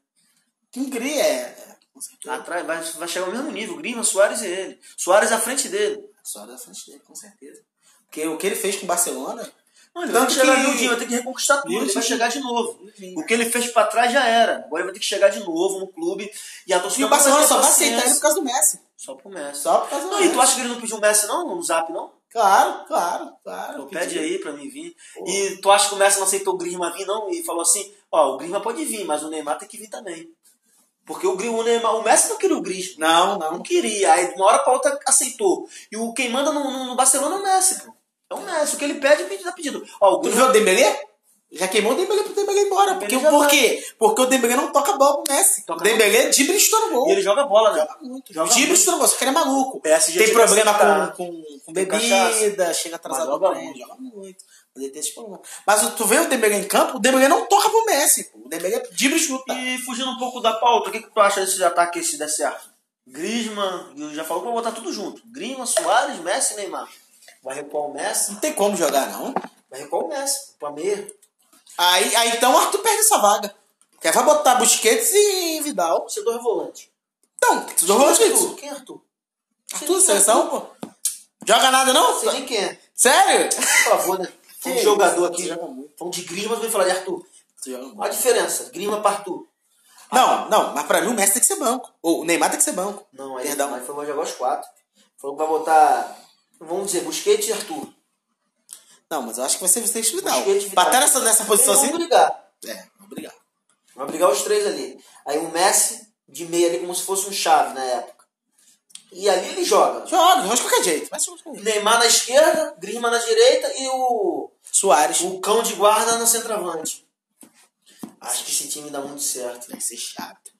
Speaker 1: Time grande é. é, Com certeza.
Speaker 2: Atrás, vai, vai chegar ao mesmo nível, Griezmann, Soares e ele. Soares à frente dele.
Speaker 1: Só da frente dele, com certeza. Porque o que ele fez com o Barcelona. Tanto
Speaker 2: Mano, Tanto chegar
Speaker 1: que-
Speaker 2: que... miudinho, vai ter que reconquistar tudo, ele vai
Speaker 1: Miudinho.
Speaker 2: chegar de novo.
Speaker 1: Miudinho.
Speaker 2: O que ele fez pra trás já era. Agora ele vai ter que chegar de novo no clube. E a torcida
Speaker 1: E o
Speaker 2: não
Speaker 1: Barcelona
Speaker 2: ter
Speaker 1: só vai
Speaker 2: paciência.
Speaker 1: aceitar né? ele por causa do Messi.
Speaker 2: Só pro Messi.
Speaker 1: Só por causa do
Speaker 2: Não,
Speaker 1: Messi.
Speaker 2: e tu acha que ele não pediu o Messi não, no zap não?
Speaker 1: Claro, claro,
Speaker 2: (laughs)
Speaker 1: claro.
Speaker 2: Pô,
Speaker 1: Pedi.
Speaker 2: pede aí pra mim vir. E tu acha que o Messi não aceitou o Griezmann vir, não? E falou assim, ó, o Griezmann pode vir, mas o Neymar tem que vir também. Porque o, Gri- o Neymar, o Messi não queria o Griezmann.
Speaker 1: Não,
Speaker 2: Não
Speaker 1: não.
Speaker 2: queria. Aí de uma hora pra outra aceitou. E o quem manda no, no- no Barcelona é o Messi, pô. É o Messi. O que ele pede, pedido tá pedido. Ó, o
Speaker 1: Tu viu
Speaker 2: Griezmann...
Speaker 1: o Dembélé? Já queimou o Dembélé pro Dembélé ir embora. Porque,
Speaker 2: Dembélé já
Speaker 1: por quê? Porque o Dembélé não toca a bola pro Messi.
Speaker 2: Toca
Speaker 1: o Dembélé é dribla e estoura o gol.
Speaker 2: E ele joga bola, né?
Speaker 1: Joga muito.
Speaker 2: Joga
Speaker 1: dribla e
Speaker 2: muito.
Speaker 1: estoura o gol. Só que ele é maluco.
Speaker 2: PSG
Speaker 1: Tem
Speaker 2: chega
Speaker 1: problema
Speaker 2: atrasado.
Speaker 1: com, com, com
Speaker 2: Tem
Speaker 1: bebida, chega atrasado
Speaker 2: Mas joga
Speaker 1: no trem,
Speaker 2: muito.
Speaker 1: joga muito. Mas ele tem esse problema. Mas o- tu vê o Dembélé em campo, o Dembélé não toca pro Messi. pô. O Dembélé é dribla e chuta.
Speaker 2: E fugindo um pouco da pauta, o que, que tu acha desse ataque se der certo? Griezmann, eu já falou pra botar tudo junto. Griezmann, Soares, Messi e Neymar. Vai repor o Messi?
Speaker 1: Não tem como jogar, não.
Speaker 2: Vai repor o Messi. Pra meia.
Speaker 1: Aí, aí então o Arthur perde essa vaga. Porque aí vai botar Busquets e Vidal.
Speaker 2: Você dois volantes.
Speaker 1: Então, tu jogou isso.
Speaker 2: Arthur, Quem é Arthur?
Speaker 1: Arthur, seleção, pô. Joga nada, não?
Speaker 2: Sei nem quem é.
Speaker 1: Sério?
Speaker 2: Por favor, né?
Speaker 1: (laughs)
Speaker 2: Foi um
Speaker 1: Que
Speaker 2: jogador
Speaker 1: isso,
Speaker 2: aqui.
Speaker 1: tu joga muito.
Speaker 2: Falando de Grima, vem falar de Arthur.
Speaker 1: Tu joga muito.
Speaker 2: Olha a diferença. Grima pra Arthur.
Speaker 1: Não, não, mas pra mim o Messi tem que ser banco. Ou o Neymar tem que ser banco.
Speaker 2: Não, aí
Speaker 1: Perdão.
Speaker 2: Aí foi vai jogar os quatro. Falou que vai botar, vamos dizer, Busquets e Arthur.
Speaker 1: Não, mas eu acho que vai ser Vicente Vidal.
Speaker 2: Busquets, Vidal.
Speaker 1: Bater nessa, nessa posição
Speaker 2: Eles
Speaker 1: assim.
Speaker 2: vão brigar.
Speaker 1: É, obrigado.
Speaker 2: Vão brigar os três ali. Aí o Messi de meia ali como se fosse um chave na época. E ali ele joga.
Speaker 1: Joga, joga de qualquer jeito. Mas joga de qualquer jeito.
Speaker 2: Neymar na esquerda, Grima na direita e o
Speaker 1: Soares.
Speaker 2: O cão de guarda no centroavante. Acho que esse time dá muito certo.
Speaker 1: Vai ser chato.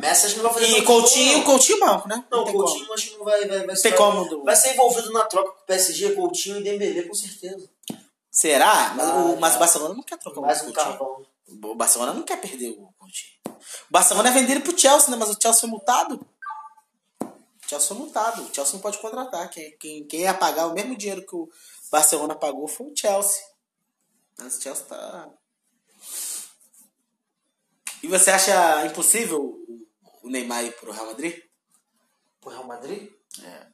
Speaker 2: Messi acho que não vai fazer
Speaker 1: E
Speaker 2: tanto
Speaker 1: Coutinho,
Speaker 2: gol,
Speaker 1: Coutinho banco, né?
Speaker 2: Não, não
Speaker 1: tem
Speaker 2: Coutinho acho que não vai, vai, vai,
Speaker 1: Tem
Speaker 2: ser,
Speaker 1: como, Du.
Speaker 2: vai ser envolvido na troca com o PSG, Coutinho e Dembélé, com certeza.
Speaker 1: Será? Mas, o,
Speaker 2: Ah,
Speaker 1: mas o Barcelona não quer trocar
Speaker 2: Mais
Speaker 1: o
Speaker 2: um
Speaker 1: Coutinho.
Speaker 2: carvão.
Speaker 1: O Barcelona não quer perder o Coutinho. O Barcelona é vender ele pro Chelsea, né? Mas o Chelsea foi multado. O Chelsea foi multado. O Chelsea não pode contratar. Quem, quem, quem ia pagar o mesmo dinheiro que o Barcelona pagou foi o Chelsea. Mas o Chelsea tá. E você acha impossível o- o Neymar ir pro Real Madrid?
Speaker 2: Pro Real Madrid?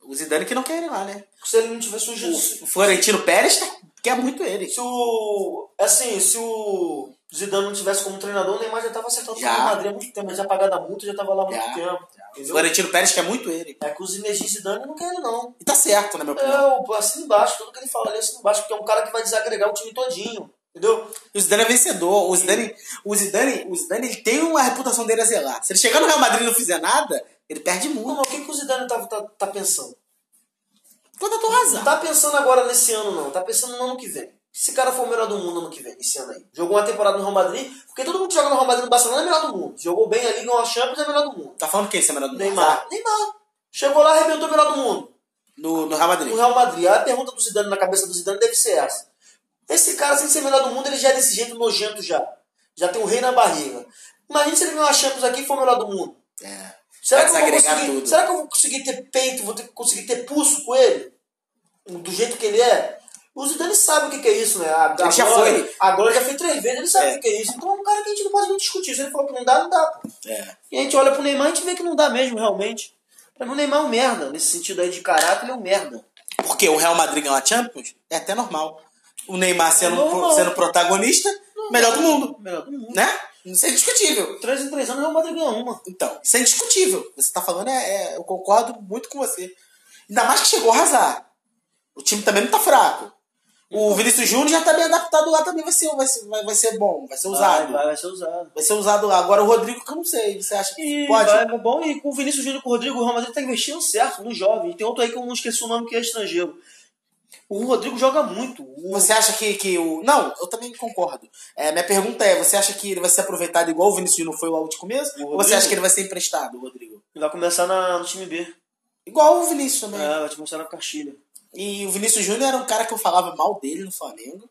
Speaker 1: O Zidane que não quer ele lá, né?
Speaker 2: Se ele não tiver surgido. Se
Speaker 1: O Florentino Pérez tá- quer muito ele.
Speaker 2: se o. Assim, se o Zidane não tivesse como treinador, o Neymar já tava acertando
Speaker 1: Já.
Speaker 2: o Real Madrid há muito tempo. Ele já pagado a multa, já tava lá há muito
Speaker 1: Já.
Speaker 2: tempo.
Speaker 1: O
Speaker 2: Entendeu?
Speaker 1: Florentino Pérez quer muito ele.
Speaker 2: É que o Zinedine Zidane não quer ele, não.
Speaker 1: E tá certo, na minha opinião.
Speaker 2: assim É, o- assina embaixo, tudo que ele fala ali assina embaixo, porque é um cara que vai desagregar o time todinho. Entendeu?
Speaker 1: O Zidane é vencedor. O Zidane, o Zidane, o Zidane ele tem uma reputação dele a zelar. Se ele chegar no Real Madrid e não fizer nada, ele perde
Speaker 2: Não,
Speaker 1: muito.
Speaker 2: mas o que, que o Zidane tá, tá, tá pensando?
Speaker 1: Contratou o
Speaker 2: Não
Speaker 1: Hazard.
Speaker 2: tá pensando agora nesse ano, não. Tá pensando no ano que vem. Esse cara foi o melhor do mundo ano que vem, esse ano aí. Jogou uma temporada no Real Madrid, porque todo mundo que joga no Real Madrid no Barcelona é melhor do mundo. Jogou bem ali, ganhou a Champions, é melhor do mundo.
Speaker 1: Tá falando quem, esse é melhor do mundo?
Speaker 2: Neymar. Neymar. Chegou lá, arrebentou o melhor do mundo.
Speaker 1: No, no Real Madrid.
Speaker 2: no Real Madrid. A pergunta do Zidane na cabeça do Zidane deve ser essa. Esse cara, sem ser melhor do mundo, ele já é desse jeito nojento já. Já tem um rei na barriga. Imagina se ele ganhar a Champions aqui e for o melhor do mundo.
Speaker 1: É.
Speaker 2: Será
Speaker 1: Vai
Speaker 2: que, eu vou
Speaker 1: desagregar
Speaker 2: conseguir,
Speaker 1: tudo.
Speaker 2: será que eu vou conseguir ter peito, vou ter, conseguir ter pulso com ele? Do jeito que ele é? O Zidane sabe o que que é isso, né? A,
Speaker 1: Ele já
Speaker 2: agora,
Speaker 1: foi.
Speaker 2: agora já foi três vezes, ele sabe
Speaker 1: É.
Speaker 2: o que que é isso. Então é um cara que a gente não pode nem discutir. Se ele falou que não dá, não dá. pô.
Speaker 1: É.
Speaker 2: E a gente olha pro Neymar e a gente vê que não dá mesmo, realmente. Pra mim o Neymar é um merda. Nesse sentido aí de caráter, ele é um merda.
Speaker 1: Porque o Real Madrid ganhar a Champions é até normal. O Neymar sendo,
Speaker 2: É normal. Uhum.
Speaker 1: sendo protagonista, melhor do mundo.
Speaker 2: Melhor do mundo.
Speaker 1: Né? Isso é indiscutível.
Speaker 2: Três em três anos o Real Madrid ganha uma.
Speaker 1: Então, isso é indiscutível. Você tá falando, é, é- eu concordo muito com você. Ainda mais que chegou a arrasar. O time também não tá fraco. O Vinícius Júnior já tá bem adaptado lá também, vai ser, vai ser, vai, vai ser bom, vai ser usado. Vai,
Speaker 2: Vai, vai, vai ser usado.
Speaker 1: ser usado lá. Agora o Rodrigo, que eu não sei, você acha que
Speaker 2: E
Speaker 1: pode?
Speaker 2: vai, vai É bom, e com o Vinícius Júnior e com o Rodrigo, o Real Madrid tá investindo certo no jovem. E tem outro aí que eu não esqueci o nome, que é estrangeiro. O Rodrigo joga muito. O-
Speaker 1: Você acha que, que o. Não, eu também concordo. É, minha pergunta é: você acha que ele vai ser aproveitado igual o Vinícius Júnior foi logo de começo?
Speaker 2: O
Speaker 1: Ou você
Speaker 2: Rodrigo?
Speaker 1: acha que ele vai ser emprestado, o Rodrigo?
Speaker 2: Ele vai começar na- no time B.
Speaker 1: Igual o Vinícius também.
Speaker 2: É, vai te começar na Castilha.
Speaker 1: E o Vinícius Júnior era um cara que eu falava mal dele no Flamengo.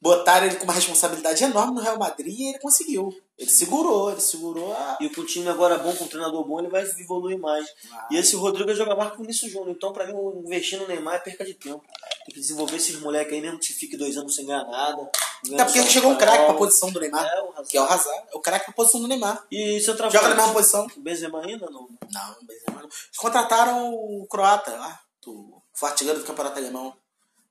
Speaker 1: Botaram ele com uma responsabilidade enorme no Real Madrid e ele conseguiu. Ele segurou, ele segurou a.
Speaker 2: E com o time agora bom, com um treinador bom, ele vai evoluir mais. E esse Rodrigo joga mais que o Vinícius Júnior. Então, pra mim, investir no Neymar é perca de tempo. Tem que desenvolver esses moleques aí, mesmo que fique dois anos sem ganhar nada.
Speaker 1: Até porque chegou um craque pra posição do Neymar,
Speaker 2: É, o Hazard.
Speaker 1: que é o Hazard. É o craque pra posição do Neymar.
Speaker 2: E seu trabalho?
Speaker 1: Joga na mesma posição.
Speaker 2: O Benzema ainda não.
Speaker 1: Não, o Benzema não. Eles contrataram o croata lá, do foi artilheiro do campeonato alemão.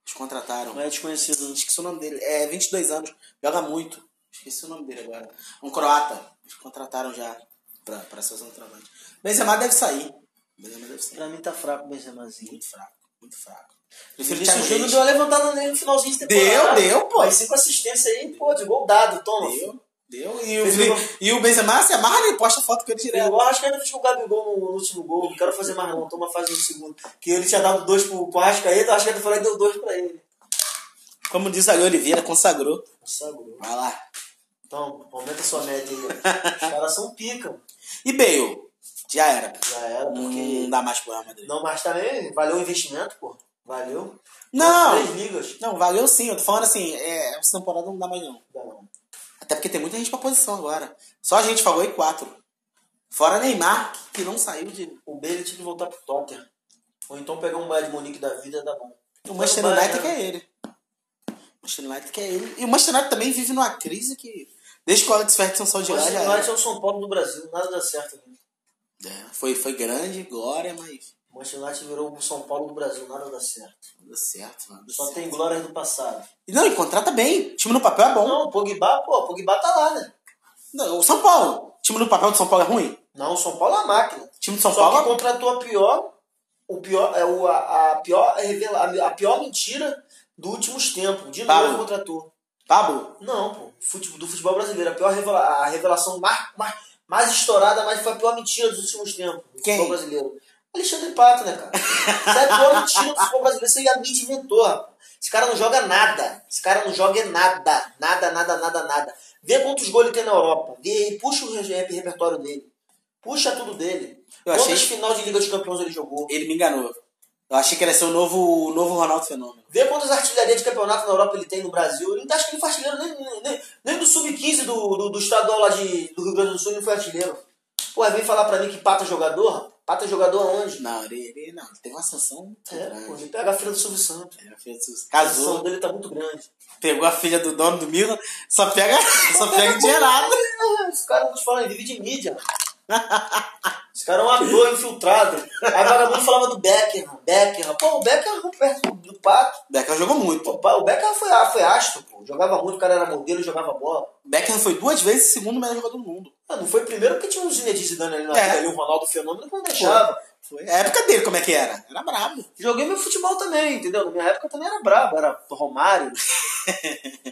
Speaker 1: Eles contrataram.
Speaker 2: Não é desconhecido.
Speaker 1: Esqueci o nome dele. É 22 anos. Joga muito. Esqueci o nome dele agora. Um croata. Eles contrataram já pra, pra seleção do trabalho. Benzema deve sair. Benzema deve sair.
Speaker 2: Pra mim tá fraco o Benzemazinho.
Speaker 1: Muito fraco. Muito fraco. Prefiro
Speaker 2: Vinícius
Speaker 1: Thiago
Speaker 2: Júnior
Speaker 1: Reis.
Speaker 2: deu uma levantada nele no finalzinho de temporada.
Speaker 1: Deu, deu, pô.
Speaker 2: Mas cinco assistências aí, pô, de gol dado, toma.
Speaker 1: Deu. Deu. E o,
Speaker 2: Fez
Speaker 1: Vini-
Speaker 2: um gol.
Speaker 1: e o Benzema se amarra e posta foto com ele
Speaker 2: Deu.
Speaker 1: direto.
Speaker 2: O Arrascaeta fez com o Gabigol no, no último gol. Não quero fazer mais não, toma faz no segundo. Que ele tinha dado dois pro, pro Arrascaeta, o Arrascaeta foi lá e deu dois pra ele.
Speaker 1: Como diz ali Oliveira, consagrou.
Speaker 2: Sagrou.
Speaker 1: Vai lá.
Speaker 2: Então, aumenta sua meta aí. Os caras são pica, mano.
Speaker 1: E Bale. Já era.
Speaker 2: já era,
Speaker 1: Não
Speaker 2: porque...
Speaker 1: dá mais pro Real Madrid.
Speaker 2: Não, mas também valeu o investimento, pô. Valeu.
Speaker 1: Não.
Speaker 2: Três ligas.
Speaker 1: Não, valeu sim. Eu tô falando assim, é, essa temporada não dá mais não.
Speaker 2: Dá não.
Speaker 1: Até porque tem muita gente pra posição agora. Só a gente falou em quatro. Fora Neymar, que não saiu de.
Speaker 2: O Bale tinha que voltar pro Tottenham. Ou então pegar um Bayern de Munique da vida, dá bom.
Speaker 1: O Manchester
Speaker 2: Mas o
Speaker 1: United
Speaker 2: Bayern- né?
Speaker 1: que é ele. O Manchester United que é ele. E o Manchester United também vive numa crise que. Desde que o Alex Ferguson saiu de lá, já
Speaker 2: Manchester
Speaker 1: era.
Speaker 2: United é o São Paulo do Brasil, nada dá certo né? ali.
Speaker 1: É, foi, foi grande, glória, mas.
Speaker 2: Manchester United virou o São Paulo do Brasil, nada dá certo.
Speaker 1: Não deu certo, mano.
Speaker 2: Só tem glórias do passado.
Speaker 1: E Não, e contrata bem. O time no papel é bom.
Speaker 2: Não, o Pogba, pô, o Pogba tá lá, né?
Speaker 1: Não, o São Paulo. O time no papel do São Paulo é ruim. O
Speaker 2: Não, o São é Paulo é a máquina.
Speaker 1: time do São
Speaker 2: Só que
Speaker 1: Paulo.
Speaker 2: contratou a pior, o pior, é o, a, a pior revela, a, pior mentira dos últimos tempos. De novo
Speaker 1: Pablo.
Speaker 2: contratou.
Speaker 1: Pablo.
Speaker 2: Não, pô, futebol, do futebol brasileiro, a pior revela, a revelação mais, mais, mais estourada, mas foi a pior mentira dos últimos tempos. Do
Speaker 1: Quem?
Speaker 2: futebol brasileiro. Alexandre Pato, né, cara? Isso é a pior mentira do futebol brasileiro. Isso aí é a mídia inventou, rapaz. Esse cara não joga nada. Esse cara não joga é nada. Nada, nada, nada, nada. Vê quantos gols ele tem na Europa. Vê e puxa o re- repertório dele. Puxa tudo dele.
Speaker 1: Eu
Speaker 2: Quantas
Speaker 1: achei-
Speaker 2: final de Liga dos Campeões ele jogou.
Speaker 1: Ele me enganou. Eu achei que ele ia ser o novo, o novo Ronaldo Fenômeno.
Speaker 2: Vê quantas artilharias de campeonato na Europa ele tem no Brasil. Ele não tá, acho que ele foi artilheiro nem, nem- nem, nem do sub-15 do, do, do estadual lá de, do Rio Grande do Sul, ele não foi artilheiro. Pô, aí vem falar pra mim que pata é jogador? Pata é jogador aonde?
Speaker 1: Não, ele, ele- não, ele teve uma ascensão muito
Speaker 2: É, pô,
Speaker 1: grande.
Speaker 2: ele pega a filha do Silvio Santos.
Speaker 1: Ele fez-
Speaker 2: A ascensão
Speaker 1: Casou,
Speaker 2: dele tá muito grande.
Speaker 1: pegou a filha do dono do Milan, só pega, (laughs) só pega gerado.
Speaker 2: É, Esse cara, te falam, ele vive de mídia. (laughs) Esse cara é um ator infiltrado. Aí o vagabundo falava do Becker, Becker. Pô, o Becker era perto do Pato.
Speaker 1: Beckham jogou muito.
Speaker 2: Pô, O Becker foi, foi astro, pô. Jogava muito, o cara era modelo, jogava bola.
Speaker 1: Beckham foi duas vezes o segundo melhor jogador do mundo.
Speaker 2: Ah, não foi primeiro porque tinha um Zinedine Zidane ali na
Speaker 1: É.
Speaker 2: é. ali, o Ronaldo Fenômeno que não deixava.
Speaker 1: Foi. A época dele, como é que era? Era brabo. (laughs)
Speaker 2: Joguei meu futebol também, entendeu? Na minha época eu também era brabo, era Romário,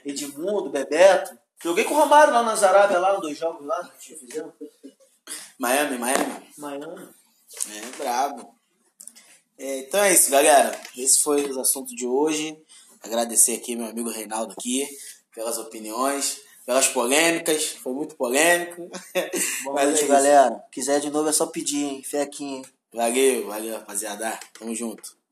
Speaker 2: Edmundo, Bebeto. Joguei com o Romário lá na Zarábia, lá, nos dois jogos lá, que fizemos.
Speaker 1: Miami, Miami.
Speaker 2: Miami.
Speaker 1: É, brabo. É, então é isso, galera. Esse foi o assunto de hoje. Agradecer aqui meu amigo Reinaldo aqui pelas opiniões, pelas polêmicas. Foi muito polêmico.
Speaker 2: Boa
Speaker 1: Mas é
Speaker 2: noite,
Speaker 1: isso.
Speaker 2: galera. Quiser de novo é só pedir, hein? Fé aqui, hein?
Speaker 1: Valeu, valeu, rapaziada. Tamo junto.